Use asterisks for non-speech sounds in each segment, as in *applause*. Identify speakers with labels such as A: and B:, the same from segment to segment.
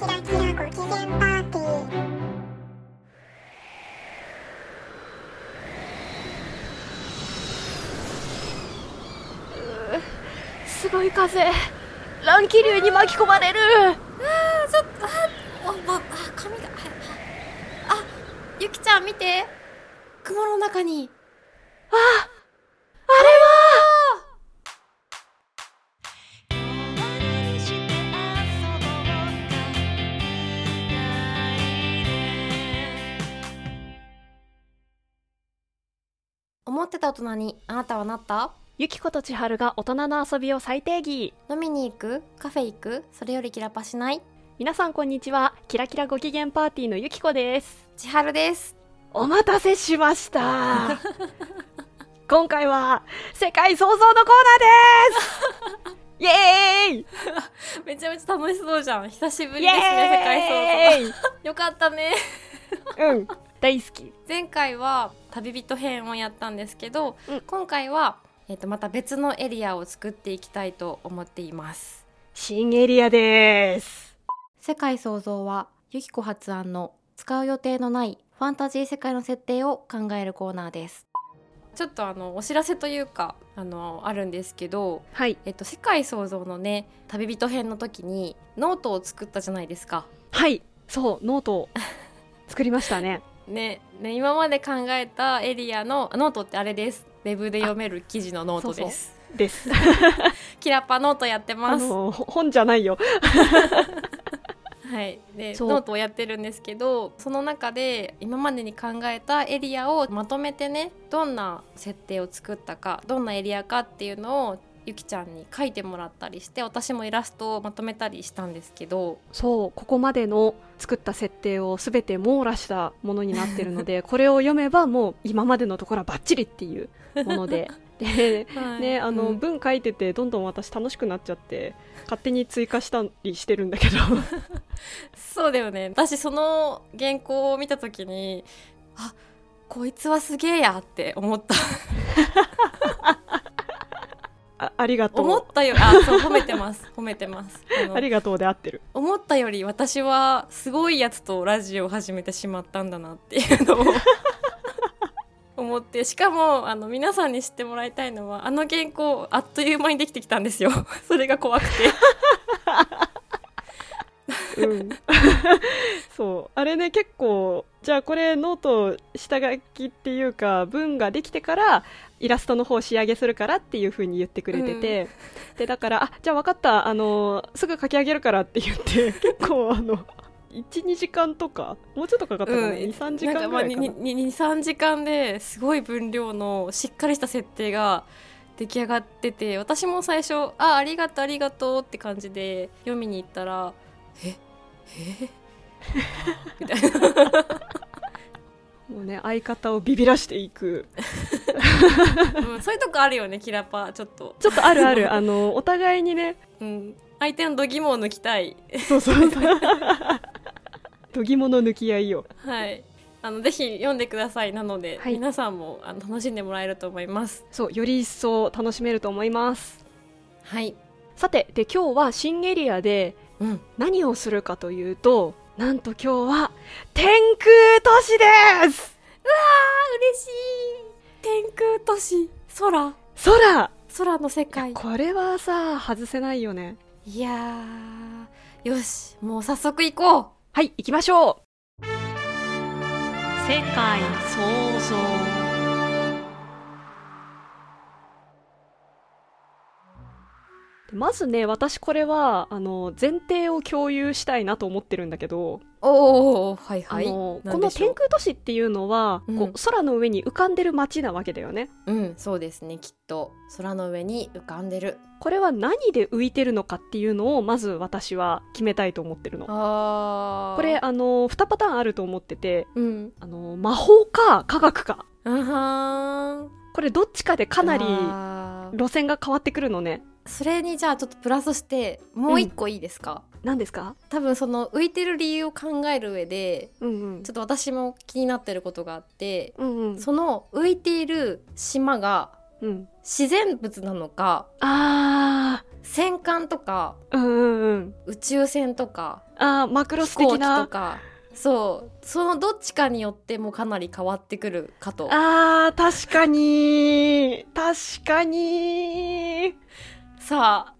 A: ご機嫌パーティー
B: すごい風乱気流に巻き込まれる
C: あーちょっとああ、まあ、髪がああゆきちゃん見て雲の中に思ってた大人にあなたはなった
B: ゆきこと千春が大人の遊びを再定義
C: 飲みに行くカフェ行くそれよりキラパしない
B: 皆さんこんにちはキラキラご機嫌パーティーのゆきこです
C: 千春です
B: お待たせしました
C: *laughs*
B: 今回は世界創造のコーナ
C: *laughs*
B: ーですイエーイ
C: めちゃめちゃ楽し *laughs* そうじゃん久しぶ
B: イ
C: りですね世界
B: エーイ
C: 創造よかったね
B: うん大好き
C: 前回は旅人編をやったんですけど、
B: うん
C: 今回は、えっとまた別のエリアを作っていきたいと思っています
B: 新エリアです
C: 世界創造はゆきこ発案の使う予定のないファンタジー世界の設定を考えるコーナーですちょっとあのお知らせというかあのあるんですけど、
B: はい
C: えっと、世界創造のね旅人編の時にノートを作ったじゃないですか
B: はいそうノートを作りました *laughs* ね
C: ねね今まで考えたエリアのあノートってあれですウェブで読める記事のノート
B: あそうそう
C: です
B: です
C: キラパノートやって
B: あ
C: ます。
B: のほ本じゃないよ
C: はい、で
B: そう
C: ノートをやってるんですけどその中で今までに考えたエリアをまとめてねどんな設定を作ったかどんなエリアかっていうのをゆきちゃんに書いてもらったりして私もイラストをまとめたりしたんですけど
B: そうここまでの作った設定を全て網羅したものになってるの *laughs* でこれを読めばもう今までのところはバッチリっていうもの *laughs* でで、ねあの
C: うん
B: 文書いててどんどん私楽しくなっちゃって勝手に追加したりしてるんだけど
C: そうだよね私その原稿を見た時にあこいつはすげえやって思った
B: あありがと
C: 思っ
B: う
C: たよあそう褒めてます褒めてますあの
B: ありがとうで合ってる
C: 思ったより私はすごいやつとラジオを始めてしまったんだなっていう *laughs* のを思ってしかもあの皆さんに知ってもらいたいのはあの原稿あっという間にできてきたんです *laughs* よそれが怖くて
B: うん、 *laughs* そうあれね結構じゃあこれノート下書きっていうか文ができてからイラストの方仕上げするからっていう風に言ってくれてて、でだからあじゃあ分かったあのすぐ書き上げるからって言って *laughs* 結構あの12時間とかもうちょっとかかったかな、
C: うん
B: 23時
C: なんか
B: 間ぐらいかな
C: 23時間ですごい分量のしっかりした設定が出来上がってて私も最初「あありがとうありがとう」って感じで読みに行ったら「ええみたいな
B: もうね相方をビビらしていく
C: うんそういうとこあるよねキラパちょっと、
B: ちょっとあるあ
C: *laughs*
B: るあのお互いにね
C: うん、相手の度肝を抜きたい
B: そうそうそう
C: *laughs*
B: 度肝の抜き合いよ
C: はいあのぜひ読んでくださいなので、
B: はい
C: 皆さんもあの楽しんでもらえると思います
B: そうより一層楽しめると思います
C: はい、
B: さてで今日は新エリアで
C: うん、
B: 何をするかというとなんと今日は天空都市です
C: 嬉しい天空都市空
B: 空
C: 空の世界
B: これはさ外せないよね
C: いやーよしもう早速行こう
B: はい行きましょう世界創造まずね私これはあの前提を共有したいなと思ってるんだけど
C: おおはいは
B: あ
C: い
B: のこ
C: 何
B: の
C: でしょ
B: 天
C: う
B: 空都市っていうのは、
C: うん
B: こう空の上に浮かんでる街なわけだよね。
C: うんそうですねきっと空の上に浮かんでる
B: これは何で浮いてるのかっていうのをまず私は決めたいと思ってるの。
C: あー
B: これあの2パターンあると思ってて
C: うん
B: あの魔法か科学か
C: あはーん
B: これどっちかでかなり
C: あー
B: 路線が変わってくるのね。
C: それにじゃあちょっとプラスしてもう一個いいですか、
B: 何ですか
C: 多分その浮いてる理由を考える上で
B: うんうん
C: ちょっと私も気になってることがあって
B: うんうん
C: その浮いている島が
B: うん
C: 自然物なのか
B: あー
C: 戦艦とか
B: うんうんうん
C: 宇宙船とか
B: あーマクロス
C: 飛
B: 的
C: 行機と
B: な
C: かそうそのどっちかによってもかなり変わってくるかと
B: あー確かに確かに
C: さあ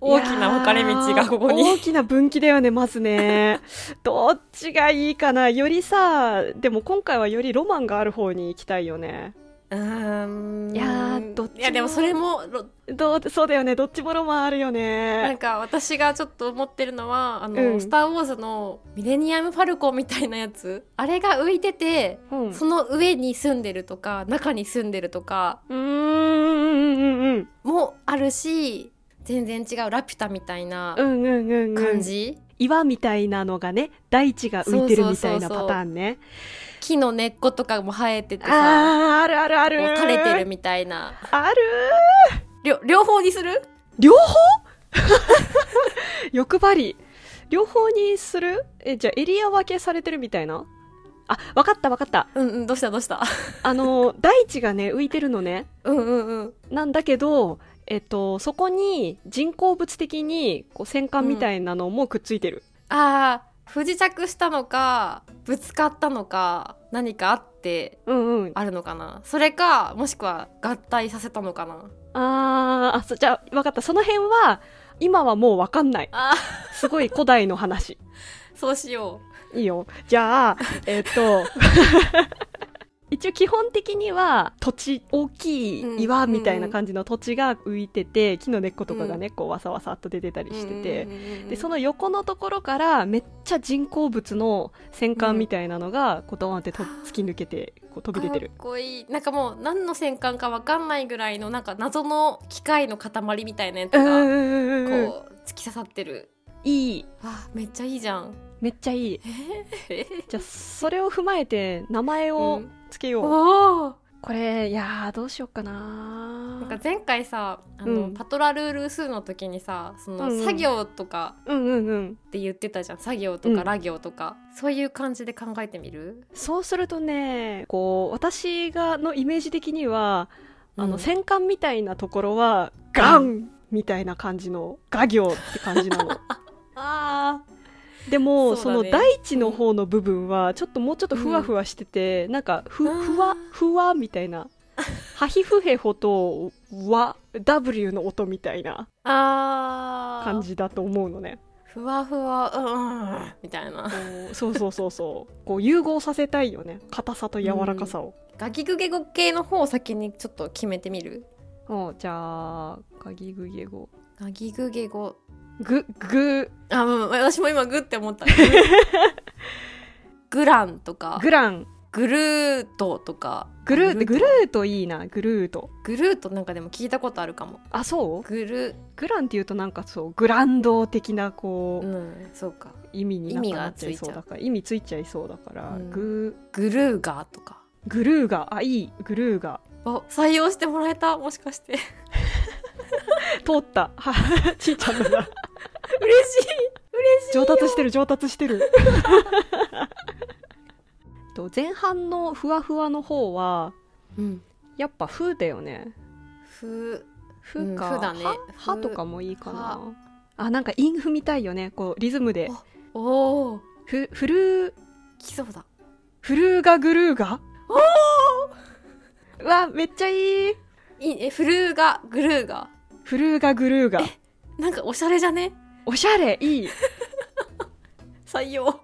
C: 大きな分かれ道がここ
B: いやー大
C: に
B: きな分岐だよねまずね *laughs* どっちがいいかなよりさでも今回はよりロマンがある方に行きたいよね
C: うーん
B: いやーどっちも
C: いやでもそれもろ
B: どうそうだよねどっちもロマンあるよ
C: なん *laughs*
B: ね
C: か私がちょっと思ってるのは「あの
B: うん
C: スター・ウォーズ」のミレニアム・ファルコンみたいなやつあれが浮いてて
B: うんう
C: その上に住んでるとか中に住んでるとか
B: ーんうんうん
C: もあるし全然違う「ラピュタ」みたいな
B: うんうんうんうんうん
C: 感じ、
B: 岩みたいなのがね大地が浮いてるみたいなパターンね
C: 木の根っことかも生えててさ
B: あーあるあるある
C: こう垂れてるみたいな
B: ある
C: 両両方にする
B: 両方欲張り両方にするえじゃあエリア分けされてるみたいなあわかったわかった
C: うんうんどうしたどうした
B: あの大地がね浮いてるのね
C: *laughs* うんうんうん
B: なんだけどえっとそこに人工物的にこう戦艦みたいなのもくっついてる、
C: あー不時着したのかぶつかったのか何かあって
B: うん、うんあ
C: あるのかなそれかもしくは合体させたのかな
B: あーあそじゃあわかったその辺は今はもうわかんない
C: あ
B: すごい古代の話 *laughs*
C: そうしよ
B: いいよ。じゃあ、えっと、 *laughs* 一応基本的には土地、大きい岩みたいな感じの土地が浮いてて、木の根っことかがね、こうわさわさっと出てたり
C: う
B: してて、で、そ
C: の
B: の横のところからめっちゃ人工物の戦艦みたいなのが、こうドーンってと突き抜けて、こう飛び出てる
C: か。っこいいなんかもう何の戦艦かわかんないぐらいのなんか謎の機械の塊みたいなやつ
B: うんう
C: が
B: んうんうんうん
C: こう突き刺さってる
B: いい。
C: あめっちゃいいじゃん
B: めっちゃいい。
C: え
B: じゃあ、それを踏まえて名前をつけよう。
C: おお
B: これ、いやー、どうしようかな
C: なんか前回さあの、
B: うん
C: パトラルール2の時にさそ
B: う
C: の
B: んうん
C: 作業とか
B: うんうんうん。
C: って言ってたじゃん作業と
B: う
C: か
B: ん
C: ラ行とか、そういう感じで考えてみる
B: そうするとね、こう、私が、のイメージ的には、あ
C: う
B: の、
C: ん
B: 戦艦みたいなところは、ガンみたいな感じの、画行って感じなの。
C: あ
B: でも、そ
C: そうだね
B: の大地の方の部分は、ちょっともうちょっとふわふわしてて、なんか、ふ、
C: あー
B: ふわ、ふわみたいな。ハヒフヘホと、わ、W の音みたいな
C: あー
B: 感じだと思うのね。
C: ふわふわうんうんみたいな
B: こうそうそうそうそう。こう、融合させたいよね。硬さと柔らかさを。
C: ガキグゲゴ系の方を先にちょっと決めてみる
B: おじゃあ、ガギグゲゴ。
C: ガキグゲゴ
B: ぐ、ぐ、
C: あうん私も今グって思った *laughs* グランとか
B: グラン。
C: グルートとか
B: グルート、
C: グ
B: グ
C: ル
B: ルートいいな、グルート。
C: グルートなんかでも聞いたことあるかも
B: あ、そう
C: グル
B: グランっていうとなんかそう、グランド的なこ
C: う
B: う、
C: んそうか
B: 意味になんか
C: 意味が
B: なっちゃい
C: つい
B: そ
C: ちゃ
B: う
C: う
B: だから、意味ついちゃいそうだから、
C: うん
B: グ、
C: グルーガーとか
B: グルーガ、あ、いい、グルーガ。
C: お採用してもらえたもしかして
B: 通った。はちいちゃんのが。
C: 嬉しい
B: *laughs* 上達してる、上達してる。 *laughs* と前半のふわふわの方は、
C: うん
B: やっぱ風だよね。
C: ふ
B: ふか、
C: うんふだね
B: は
C: ふ
B: はとかもいいかな。あ、なんか韻踏みたいよね。こう、リズムで。
C: おお
B: ふ、フルー、
C: 来そうだ
B: フルーガグルーガ
C: お
B: うわ、めっちゃいい
C: いいえフルーガグルーガ
B: フルーガグルーガ。
C: なんかおしゃれじゃね
B: おしゃれいい
C: 採用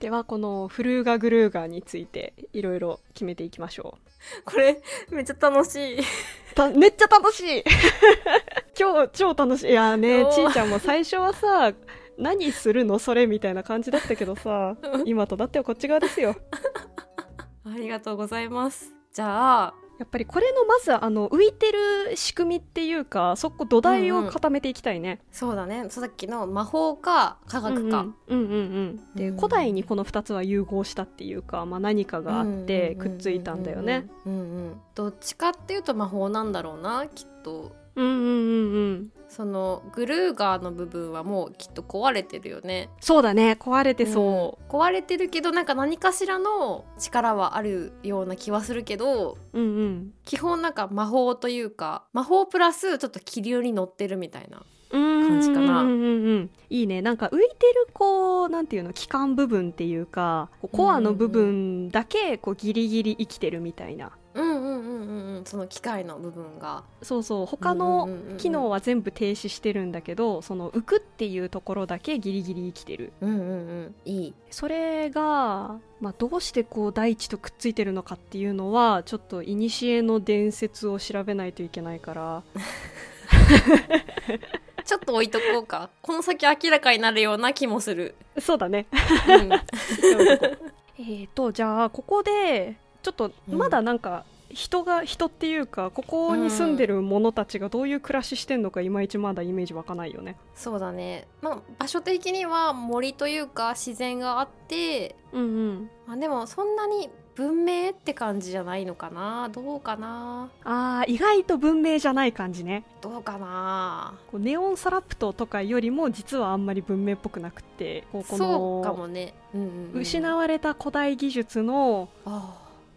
B: では、このフルーガグルーガについていろいろ決めていきましょ。
C: これめっちゃ楽しいう
B: ためっちゃ楽し *laughs* い今日超楽しい。いやーね
C: お、ー
B: ちーちゃんも最初はさ、何するのそれみたいな感じだったけどさ、今となってはこっち側ですよ。
C: ありがとうございますじゃあ
B: やっぱりこれのまずあの浮いてる仕組みっていうか、そこ土台を固めていきたいね。
C: そうだねさっきの魔法か科学
B: う
C: か、
B: んうんうんうんうん、で
C: うん
B: 古代にこの2つは融合したっていうか、まあ、何かがあってくっついたんだよね。
C: うんうんうんうんうんうんどっちかっていうと魔法なんだろうなきっと
B: ううんうんうんうん
C: そのグルーガーの部分はもうきっと壊れてるよね
B: そうだね壊れてそ
C: うん壊れてるけどなんか何かしらの力はあるような気はするけど
B: う、うんうん
C: 基本なんか魔法というか魔法プラスちょっと気流に乗ってるみたいな
B: 感
C: じかな
B: うんうんうんいいねなんか浮いてるこうなんていうの器官部分っていうかこうコアの部分だけこうギリギリ生きてるみたいな
C: うんうんうんうんうんその機械の部分が
B: そうそう他
C: うん
B: の
C: うんうんうん
B: 機能は全部停止してるんだけどその浮くっていうところだけギリギリ生きてる
C: うんうんうんいい
B: それが、まあ、どうしてこう大地とくっついてるのかっていうのはちょっと古の伝説を調べないといけないから
C: ちょっと置いとこうかこの先明らかになるような気もする、
B: そうだね
C: *laughs* うん、
B: えーとじゃあここでちょっと
C: うん
B: まだなんか人が人っていうかここに住んでる者たちがどういう暮らししてんのかいまいちまだイメージ湧かないよね。
C: そうだねまあ場所的には森というか自然があって
B: うんうん、
C: まあでもそんなに文明って感じじゃないのかなどうかな
B: あー意外と文明じゃない感じね
C: どうかな
B: こうネオンサラプトとかよりも実はあんまり文明っぽくなくってこうこ
C: そうか
B: の
C: もね、うんうんうん、
B: 失
C: う
B: われた古代技術の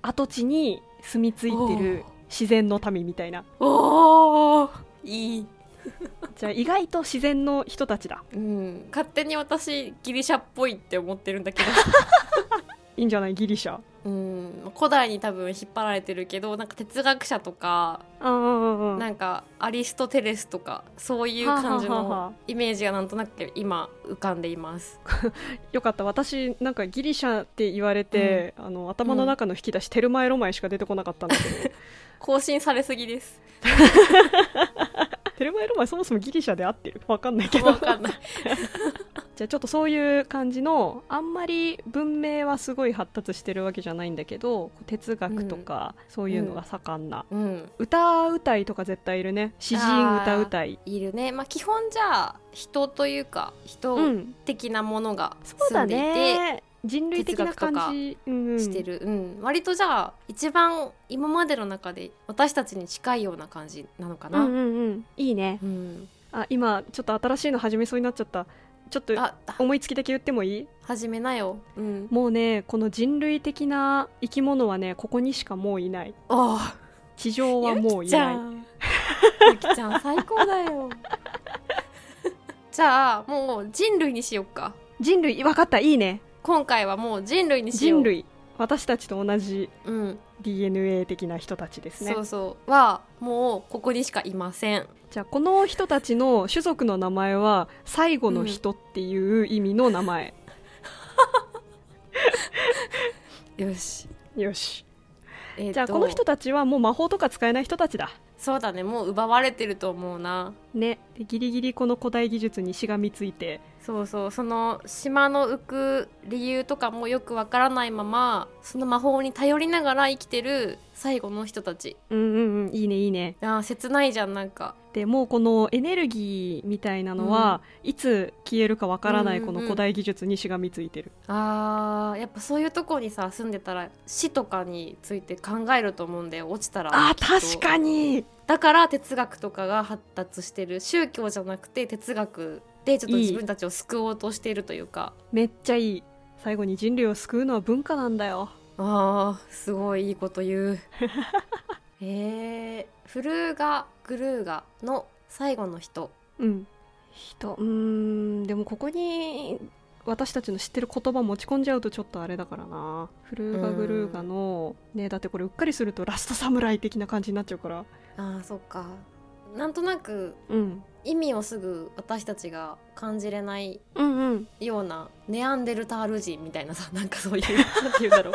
B: 跡地に住み着いてる自然の民みたいな
C: おーいい、
B: じゃあ意外と自然の人たちだ
C: うん、勝手に私ギリシャっぽいって思ってるんだけど
B: いいんじゃないギリシャ
C: うん、古代に多分引っ張られてるけどなんか哲学者とか、
B: うん
C: なんかアリストテレスとかそういう感じ
B: はあはあはあ
C: のイメージがなんとなく今浮かんでいます。
B: よかった私なんかギリシャって言われて、あの頭の中の引き出し、テルマエロマエしか出てこなかったんだけど
C: 更新されすぎです。
B: *laughs* テルマエロマエそもそもギリシャで合ってるわかんないけど
C: わか
B: *laughs*
C: んない。
B: じゃあちょっとそういう感じのあんまり文明はすごい発達してるわけじゃないんだけど哲学とか、そういうのが盛んな、
C: うん、
B: 歌うたいとか絶対いるね詩人歌うたい
C: いるね。まあ基本じゃあ人というか人
B: うん
C: 的なものが
B: そう
C: 住
B: だ
C: んでいて。
B: ね人類的な感じうん
C: してる、うん割とじゃあ一番今までの中で私たちに近いような感じなのか
B: う
C: な、
B: んうんうんいいね
C: うん
B: あ今ちょっと新しいの始めそうになっちゃったちょっと
C: あ
B: 思いつきだけ言ってもいい
C: 始めなよ、うん、
B: もうねこの人類的な生き物はねここにしかもういない
C: ああ
B: 地上はもういない
C: ゆきちゃん最高だよじゃあもう人類にしよっか
B: 人類分かったいいね
C: 今回はもう人類にしよう
B: 人類私たちと同じ
C: うん
B: DNA 的な人たちですね
C: そうそうはもうここにしかいません
B: じゃあこの人たちの種族の名前は最後の人っていう意味の名前、
C: よし、
B: よし
C: えーと
B: じゃあこの人たちはもう魔法とか使えない人たちだ
C: そうだねもう奪われてると思うな
B: ねでギリギリこの古代技術にしがみついて
C: そうそうその島の浮く理由とかもよくわからないままその魔法に頼りながら生きてる最後の人たち
B: うんうんうんいいねいいね
C: あー切ないじゃんなんか
B: でもうこのエネルギーみたいなのは、いつ消えるかわからない
C: うん
B: こ
C: うんうん
B: の古代技術にしがみついてる、
C: あーやっぱそういうとこにさ住んでたら死とかについて考えると思うんだよ落ちたら
B: あー確
C: に
B: かに
C: だから哲学とかが発達してる宗教じゃなくて哲学でちょっと自分たちを救おうとしているというか
B: めっちゃいい最後に人類を救うのは文化なんだよ
C: あーすごいいいこと言う
B: *laughs*
C: えー、フルーガ・グルーガの最後の人
B: うん人うーんでもここに私たちの知ってる言葉持ち込んじゃうとちょっとあれだからなフルーガグルーガのねだってこれうっかりするとラストサムライ的な感じになっちゃうから
C: あーそっかなんとなく
B: うん
C: 意味をすぐ私たちが感じれない
B: うんうん
C: ようなネアンデルタール人みたいなさなんかそういうなんて言うん *laughs* だろう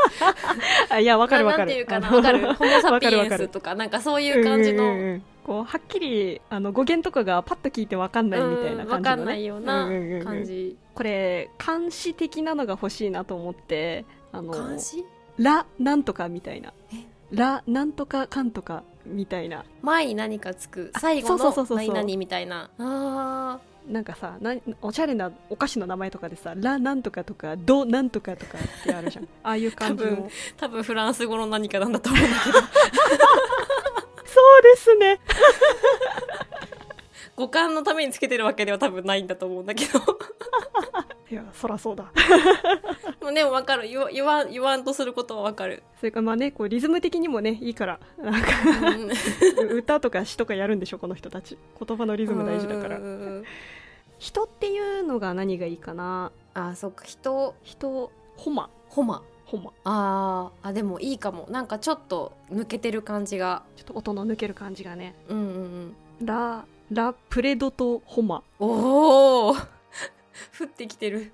B: あいやわかるわ
C: な
B: か
C: なんていう
B: る
C: かな
B: あの
C: わかるホモ・サ
B: わ
C: ピ
B: かる
C: エ
B: わ
C: ン
B: かる
C: スとかなんかそういう感じの
B: うんうんうんうんこうはっきりあの語源とかがパッと聞いてわかんないみたいな
C: うんわ
B: 感じ
C: か
B: の、ね
C: んないようなん
B: んんん
C: 感じ
B: これ監視的なのが欲しいなと思ってあの
C: 監視
B: ラなんとかみたいな
C: え
B: ラなんとかかんとかみたいな
C: 前に何かつく
B: あ
C: 最後
B: そうそうそう
C: の
B: そうそう
C: 何々みたいなあ
B: なんかさなおしゃれなお菓子の名前とかでさラなんとかとかドなんとかとかってある *laughs* じゃんああいう感じの
C: 多分ー多分フランス語
B: *laughs*
C: の何かなんだと思うんだけど
B: そうですね
C: 五感のためにつけてるわけでは多分ないんだと思うんだけど
B: *laughs* いやそらそうだ
C: もうでも分かる言わ言わん言わんとすることは分かる、
B: *laughs* それからまあねこうリズム的にもねいいからなんか
C: うん
B: 歌とか詩とかやるんでしょこの人たち言葉の *laughs* リズム大事だから
C: うんうんうん
B: 人っていうのが何がいいかな
C: あーそっか人
B: 人ホマ
C: ホマ
B: ホマ
C: あーあでもいいかもなんかちょっと抜けてる感じが
B: ちょっと音の抜ける感じがね
C: うんうんうん
B: ララプレドとホマ
C: おお降ってきてる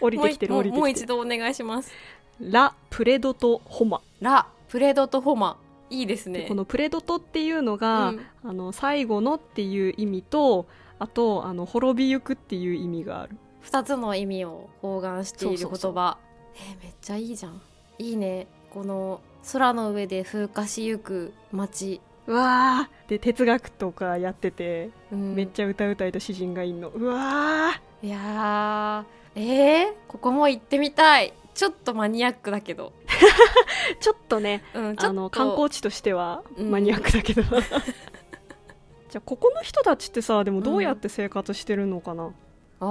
B: 降りてきてる
C: も
B: 降
C: う一
B: り
C: もうもう
B: てき
C: 一
B: てる
C: 度お願いします
B: ラプレドとホマ、
C: ラプレドとホマいいです
B: で
C: ね
B: このプレドとっていうのが、
C: うん
B: あの最後のっていう意味とあとあの滅びゆくっていう意味がある
C: 2つの意味を包含している言
B: そ
C: 葉
B: うそう
C: えーめっちゃいいじゃんいいねこの空の上で風化しゆく街、
B: うわーで哲学とかやってて、
C: うん
B: めっちゃ歌うたいと詩人がいんのうわー
C: いやーえー、ここも行ってみたいちょっとマニアックだけど、
B: ちょっとね
C: うん、ちょっと
B: あの観光地としては
C: うん
B: マニアックだけ
C: *laughs*
B: ど、じゃあここの人たちってさでもどうやって生活してるのかな、
C: あ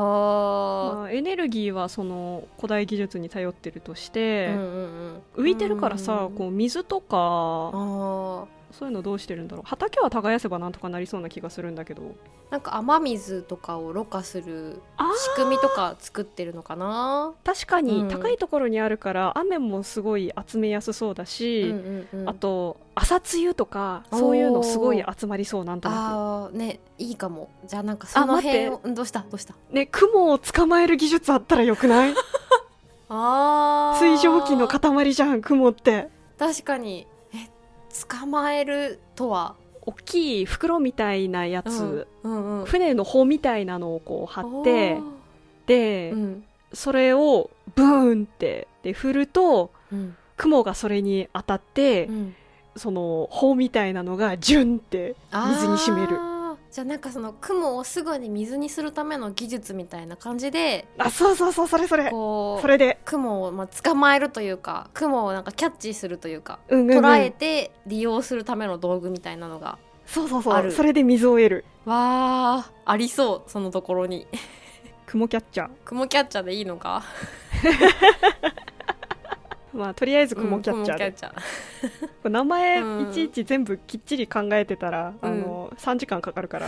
B: まあエネルギーはその古代技術に頼ってるとし
C: ー、
B: て
C: う、んうんうん、
B: 浮いてるからさ、
C: うん
B: こう水とか
C: あ
B: そういうのどうしてるんだろう畑は耕せばなんとかなりそうな気がするんだけど
C: ーなんか雨水とかをろ過する
B: あ
C: 仕組みとか作ってるのかな、
B: 確か
C: う
B: に
C: ん
B: 高いところにあるから雨もすごい集めやすそうだ
C: うん
B: し、
C: うんうん、
B: あと朝露とかそういうのすごい集まりそうなんとな
C: あーねいいかもじゃあなんかその辺をうんどうしたどうした
B: くね雲を捕まえる技術あったらよくない
C: *laughs* あー
B: 水蒸気の塊じゃん雲って
C: 確かにえ捕まえるとは、
B: 大きい袋みたいなやつ、
C: うんうん、
B: 船の帆みたいなのをこう張って
C: おー
B: で、
C: うん
B: それをブーンってで振ると
C: うん
B: 雲がそれに当たって、
C: うん、
B: その帆みたいなのがジュンって水に
C: し
B: 染める
C: じゃあなんかその雲をすぐに水にするための技術みたいな感じで
B: あそうそうそうそれそれ
C: こ
B: そうれで
C: 雲をまあ捕まえるというか雲をなんかキャッチするというか
B: うんうん、うん、
C: 捉えて利用するための道具みたいなのが
B: そうそうそ
C: あ
B: う
C: る
B: それで水を得る
C: わーありそうそのところに *laughs*
B: 雲キャッチャー
C: 雲キャッチャーでいいのか
B: まあとりあえず雲キャッチャーで、
C: うん雲キャッチャー
B: これ名前
C: うん
B: いちいち全部きっちり考えてたら、
C: う
B: あ
C: ん
B: の3時間かかる *laughs* から、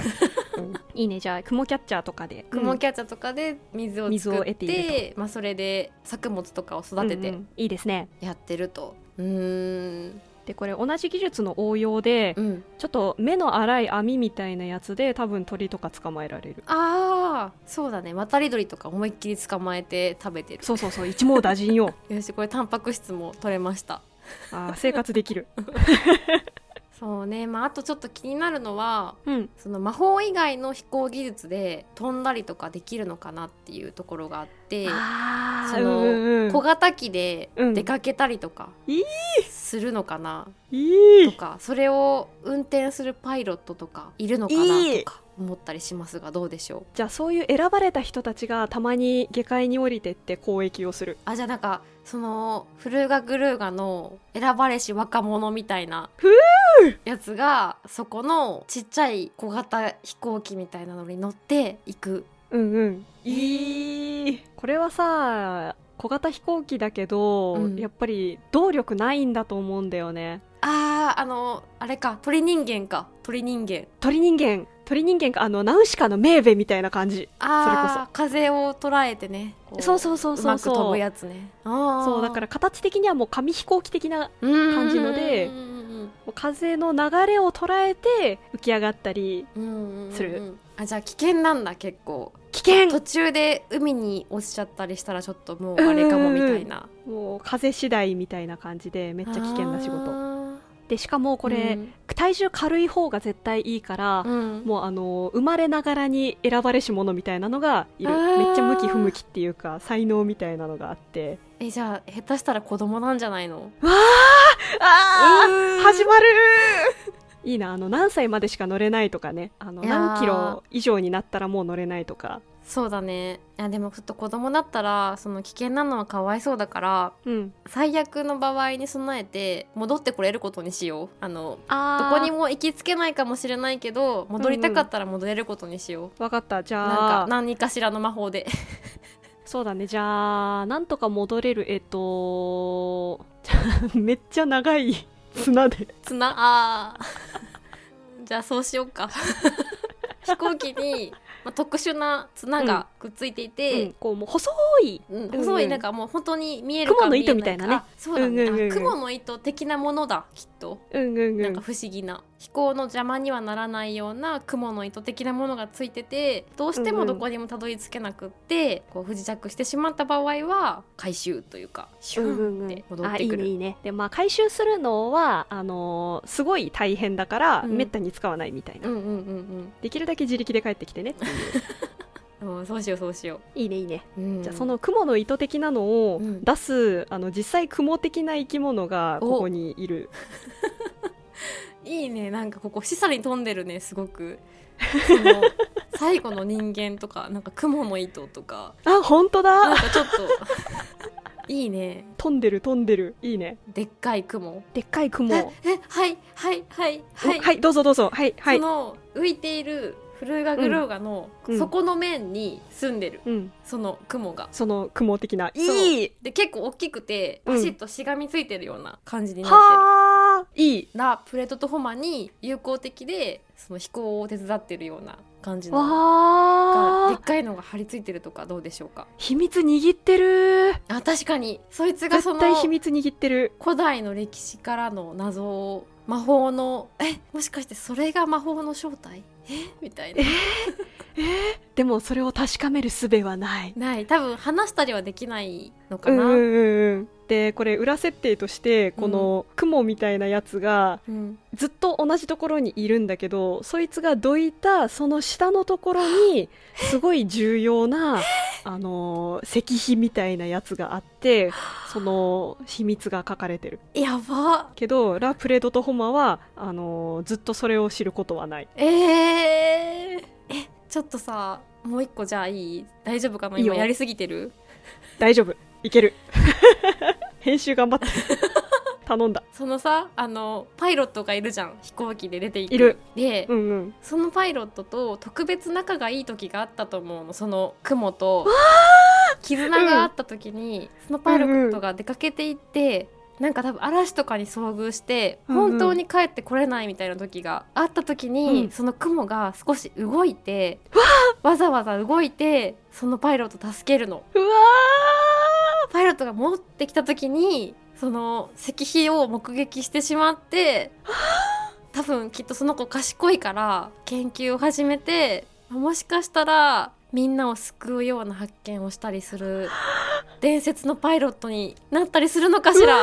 B: いいねじゃあ雲キャッチャーとかで
C: 雲キャッチャーとかで水を
B: 水
C: 作
B: を
C: って
B: 得てい
C: まあ、それで作物とかを育て
B: うんう
C: て
B: んいいですね
C: やってるとうーん
B: でこれ同じ技術の応用で、
C: うん
B: ちょっと目の粗い網みたいなやつで多分鳥とか捕まえられる
C: あーそうだね渡り鳥とか思いっきり捕まえて食べてる
B: そうそうそう一網打尽よ
C: よしこれタンパク質も取れました
B: あー生活できる
C: そうねまああとちょっと気になるのは
B: うん
C: その魔法以外の飛行技術で飛んだりとかできるのかなっていうところがあって
B: あ
C: そ
B: ー
C: の
B: うんうんうん
C: 小型機で
B: うん
C: 出かけたりとか
B: いい
C: するのかな、
B: い
C: と
B: い
C: かそれを運転するパイロットとかいるのか
B: い
C: ないとか思ったりしますがどうでしょう
B: じゃあそういう選ばれた人たちがたまに下界に降りてって交易をする
C: あじゃあなんかそのフルーガグルーガの選ばれし若者みたいな
B: ふ
C: やつがそこのちっちゃい小型飛行機みたいなのに乗っていく
B: うんうんいいこれはさ小型飛行機だけど、
C: うん
B: やっぱり動力ないんだと思うんだよね
C: あーあのあれか鳥人間か鳥人間
B: 鳥人間鳥人間かあのナウシカのメーベみたいな感じ
C: あ
B: それ
C: あ風を捉えてねこ
B: そうそうそうそう
C: まく飛
B: そう
C: ぶやつねあ
B: そうだからら形的にはもう紙飛行機的な
C: 感
B: じのでもう風の流れを捉えて浮き上がったりする
C: あじゃあ危険なんだ結構
B: 危険
C: 途中で海に落ちちゃったりしたらちょっともうあれかもみたいな
B: もう風次第みたいな感じでめっちゃ危険な仕
C: あ
B: 事
C: ー
B: でしかもこれ、体重軽い方が絶対いいから
C: う、ん
B: もうあの生まれながらに選ばれし者みたいなのがいる
C: あー
B: めっちゃ向き不向きっていうか才能みたいなのがあって
C: えじゃあ下手したら子供なんじゃないの
B: あ
C: うーん
B: 始まるいいなあの何歳までしか乗れないとかねあの
C: いやー
B: 何キロ以上になったらもう乗れないとか
C: そうだねいやでもちょっと子供だったらその危険なのはかわいそうだから
B: うん
C: 最悪の場合に備えて戻ってこれることにしようあのど
B: あ
C: こにも行きつけないかもしれないけど戻りたかったら戻れることにしよう、
B: 分かったじ
C: なん
B: ゃ
C: か
B: あ
C: 何かしらの魔法で *laughs*
B: そうだねじゃあなんとか戻れるえっとめっちゃ長い綱で
C: 綱あー *laughs* じゃあそうしようか
B: *laughs*
C: 飛行機に、まあ、特殊な綱がくっついてい
B: うん
C: て、
B: こうもう細い
C: うん
B: うん
C: 細いなんかもう本当に見えるか
B: 雲の
C: 見えな
B: 糸
C: いか
B: みたいなね
C: あそうだね、
B: うんうんうんうん
C: あ雲の糸的なものだきっと
B: うんうんう
C: なん
B: ん
C: か不思議な飛行の邪魔にはならないような雲の糸的なものがついててどうしてもどこにもたどり着けなくって、こう不時着してしまった場合は回収というかシ
B: う
C: ュ
B: んう
C: ーン
B: ん
C: っ
B: う
C: て
B: ん、
C: 戻っ
B: あ
C: て
B: いい
C: くる、
B: ねいいねでまあ回収するのはあのーすごい大変だから、
C: うん
B: めったに使わないみたいな、
C: うんうんうん
B: できるだけ自力で帰ってきてねっていう
C: うんうんそうしようそうしよ
B: いいねいいね
C: う、うん
B: じゃあその雲の糸的なのを
C: うん
B: 出す、あの実際雲的な生き物がここにいる
C: いいねなんかここ示唆に富んでるねす
B: *laughs*
C: ごくその最後の人間とかなんか雲の糸とか
B: あ本当
C: なん
B: だ
C: かちょっ
B: *laughs*
C: といいね
B: 飛んでる飛んでるいいね
C: でっかい雲
B: でっかい雲
C: ええはいはいはいはい
B: おはいどうぞどうぞはいはい
C: その浮いているフルーガグローガの
B: うん
C: 底の面に住んでる、
B: うん、
C: その雲が。
B: その雲的な
C: そう
B: いい
C: で結構大きくて
B: うん
C: パシッとしがみついてるような感じになってる。
B: はあいい
C: ラ・プレートとホマに友好的でその飛行を手伝ってるような感じのがでっ
B: わあ
C: かいのが張り付いてるとかどうでしょうか
B: 秘密握ってる
C: あ確かにそいつがそ
B: 絶
C: の
B: 対秘密握ってる
C: 古代の歴史からの謎を魔法のえもしかしてそれが魔法の正体えみたいな
B: でもそれを確かめる術はない。
C: ない多分話したりはできないのか
B: うん
C: な、
B: うんうんうん。でこれ裏設定としてこの雲みたいなやつが
C: うん
B: ずっと同じところにいるんだけどそいつがどいたその下のところにすごい重要 *laughs* なあのー石碑みたいなやつがあってその秘密が書かれてる
C: やば
B: けどラ・プレドとホマはあのーずっとそれを知ることはない
C: えー、えちょっとさもう一個じゃあいい大丈夫かない
B: いよ
C: 今やりすぎてる
B: 大丈夫いける *laughs* 編集頑張って *laughs* 頼んだ
C: そのさあのパイロットがいるじゃん飛行機で出ていく
B: いる
C: で、
B: うんうん
C: そのパイロットと特別仲がいい時があったと思うのその雲と絆があった時に、そのパイロットが出かけていって、なんか多分嵐とかに遭遇して
B: うんうん
C: 本当に帰ってこれないみたいな時があった時に、
B: うん
C: その雲が少し動いて、わざわざ動いてそのパイロットを助けるの。
B: うわ
C: パイロットが戻ってきた時にその石碑を目撃してしまって多分きっとその子賢いから研究を始めてもしかしたらみんなを救うような発見をしたりする伝説のパイロットになったりするのかしら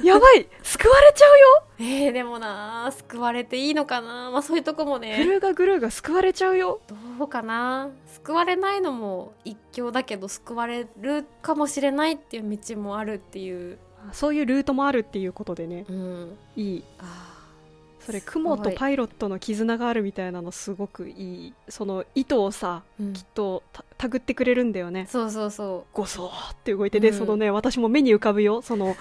B: えー、やば *laughs* い救われちゃうよ
C: えー、でもなー救われていいのかなまあそういうとこも
B: グ
C: ね
B: ルーがグルーが救われちゃうよ
C: どうかな救われないのも一興だけど救われるかもしれないっていう道もあるっていう、
B: そういうルートもあるっていうことでね
C: うん、
B: いい
C: あー
B: それ雲とパイロットの絆があるみたいなのすごくいいその糸をさ
C: うん
B: きっとたたぐってくれるんだよね
C: そうそうそ
B: ゴソーって動いてで、
C: うん
B: そのね私も目に浮かぶよそ *laughs* の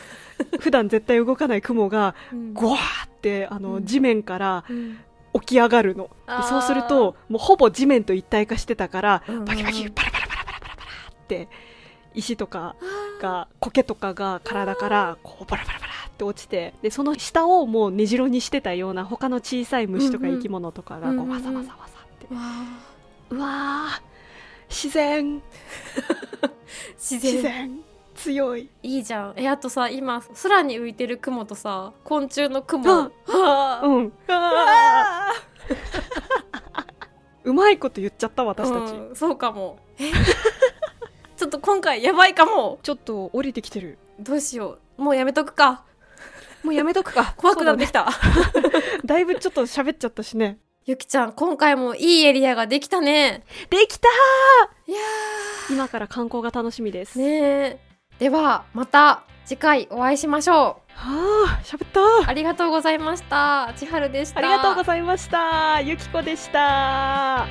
B: 普段絶対動かない雲が
C: う、うん
B: ゴワーってあの、
C: うん
B: 地面から
C: うん
B: 起き上がるのでそうするともうほぼ地面と一体化してたから
C: うんうん
B: バキバキパラパラパラパラパラパラって石とかが苔とかが体からこうパラパラパラって落ちてでその下をもう根城にしてたような他の小さい虫とか
C: うんうん
B: 生き物とかがこ
C: うんうんう
B: うんわさわさわさって
C: わあ
B: うわー自然
C: 自然
B: 自然強い
C: いいじゃんえあとさ今空に浮いてる雲とさ昆虫の雲、
B: うん
C: あー
B: うんあー *laughs* うまいこと言っちゃった私たち
C: うんそうかもえ *laughs* ちょっと今回やばいかも
B: ちょっと降りてきてる
C: どうしようもうやめとくか
B: もうやめとくか
C: 怖くなってきた、
B: だいぶちょっと喋っちゃったしね
C: ゆきちゃん今回もいいエリアができたね
B: できた
C: いや
B: 今から観光が楽しみです、
C: ーねえではまた次回お会いしましょう
B: はあ喋った
C: ありがとうございました。千春でした。
B: ありがとうございましたゆきこでした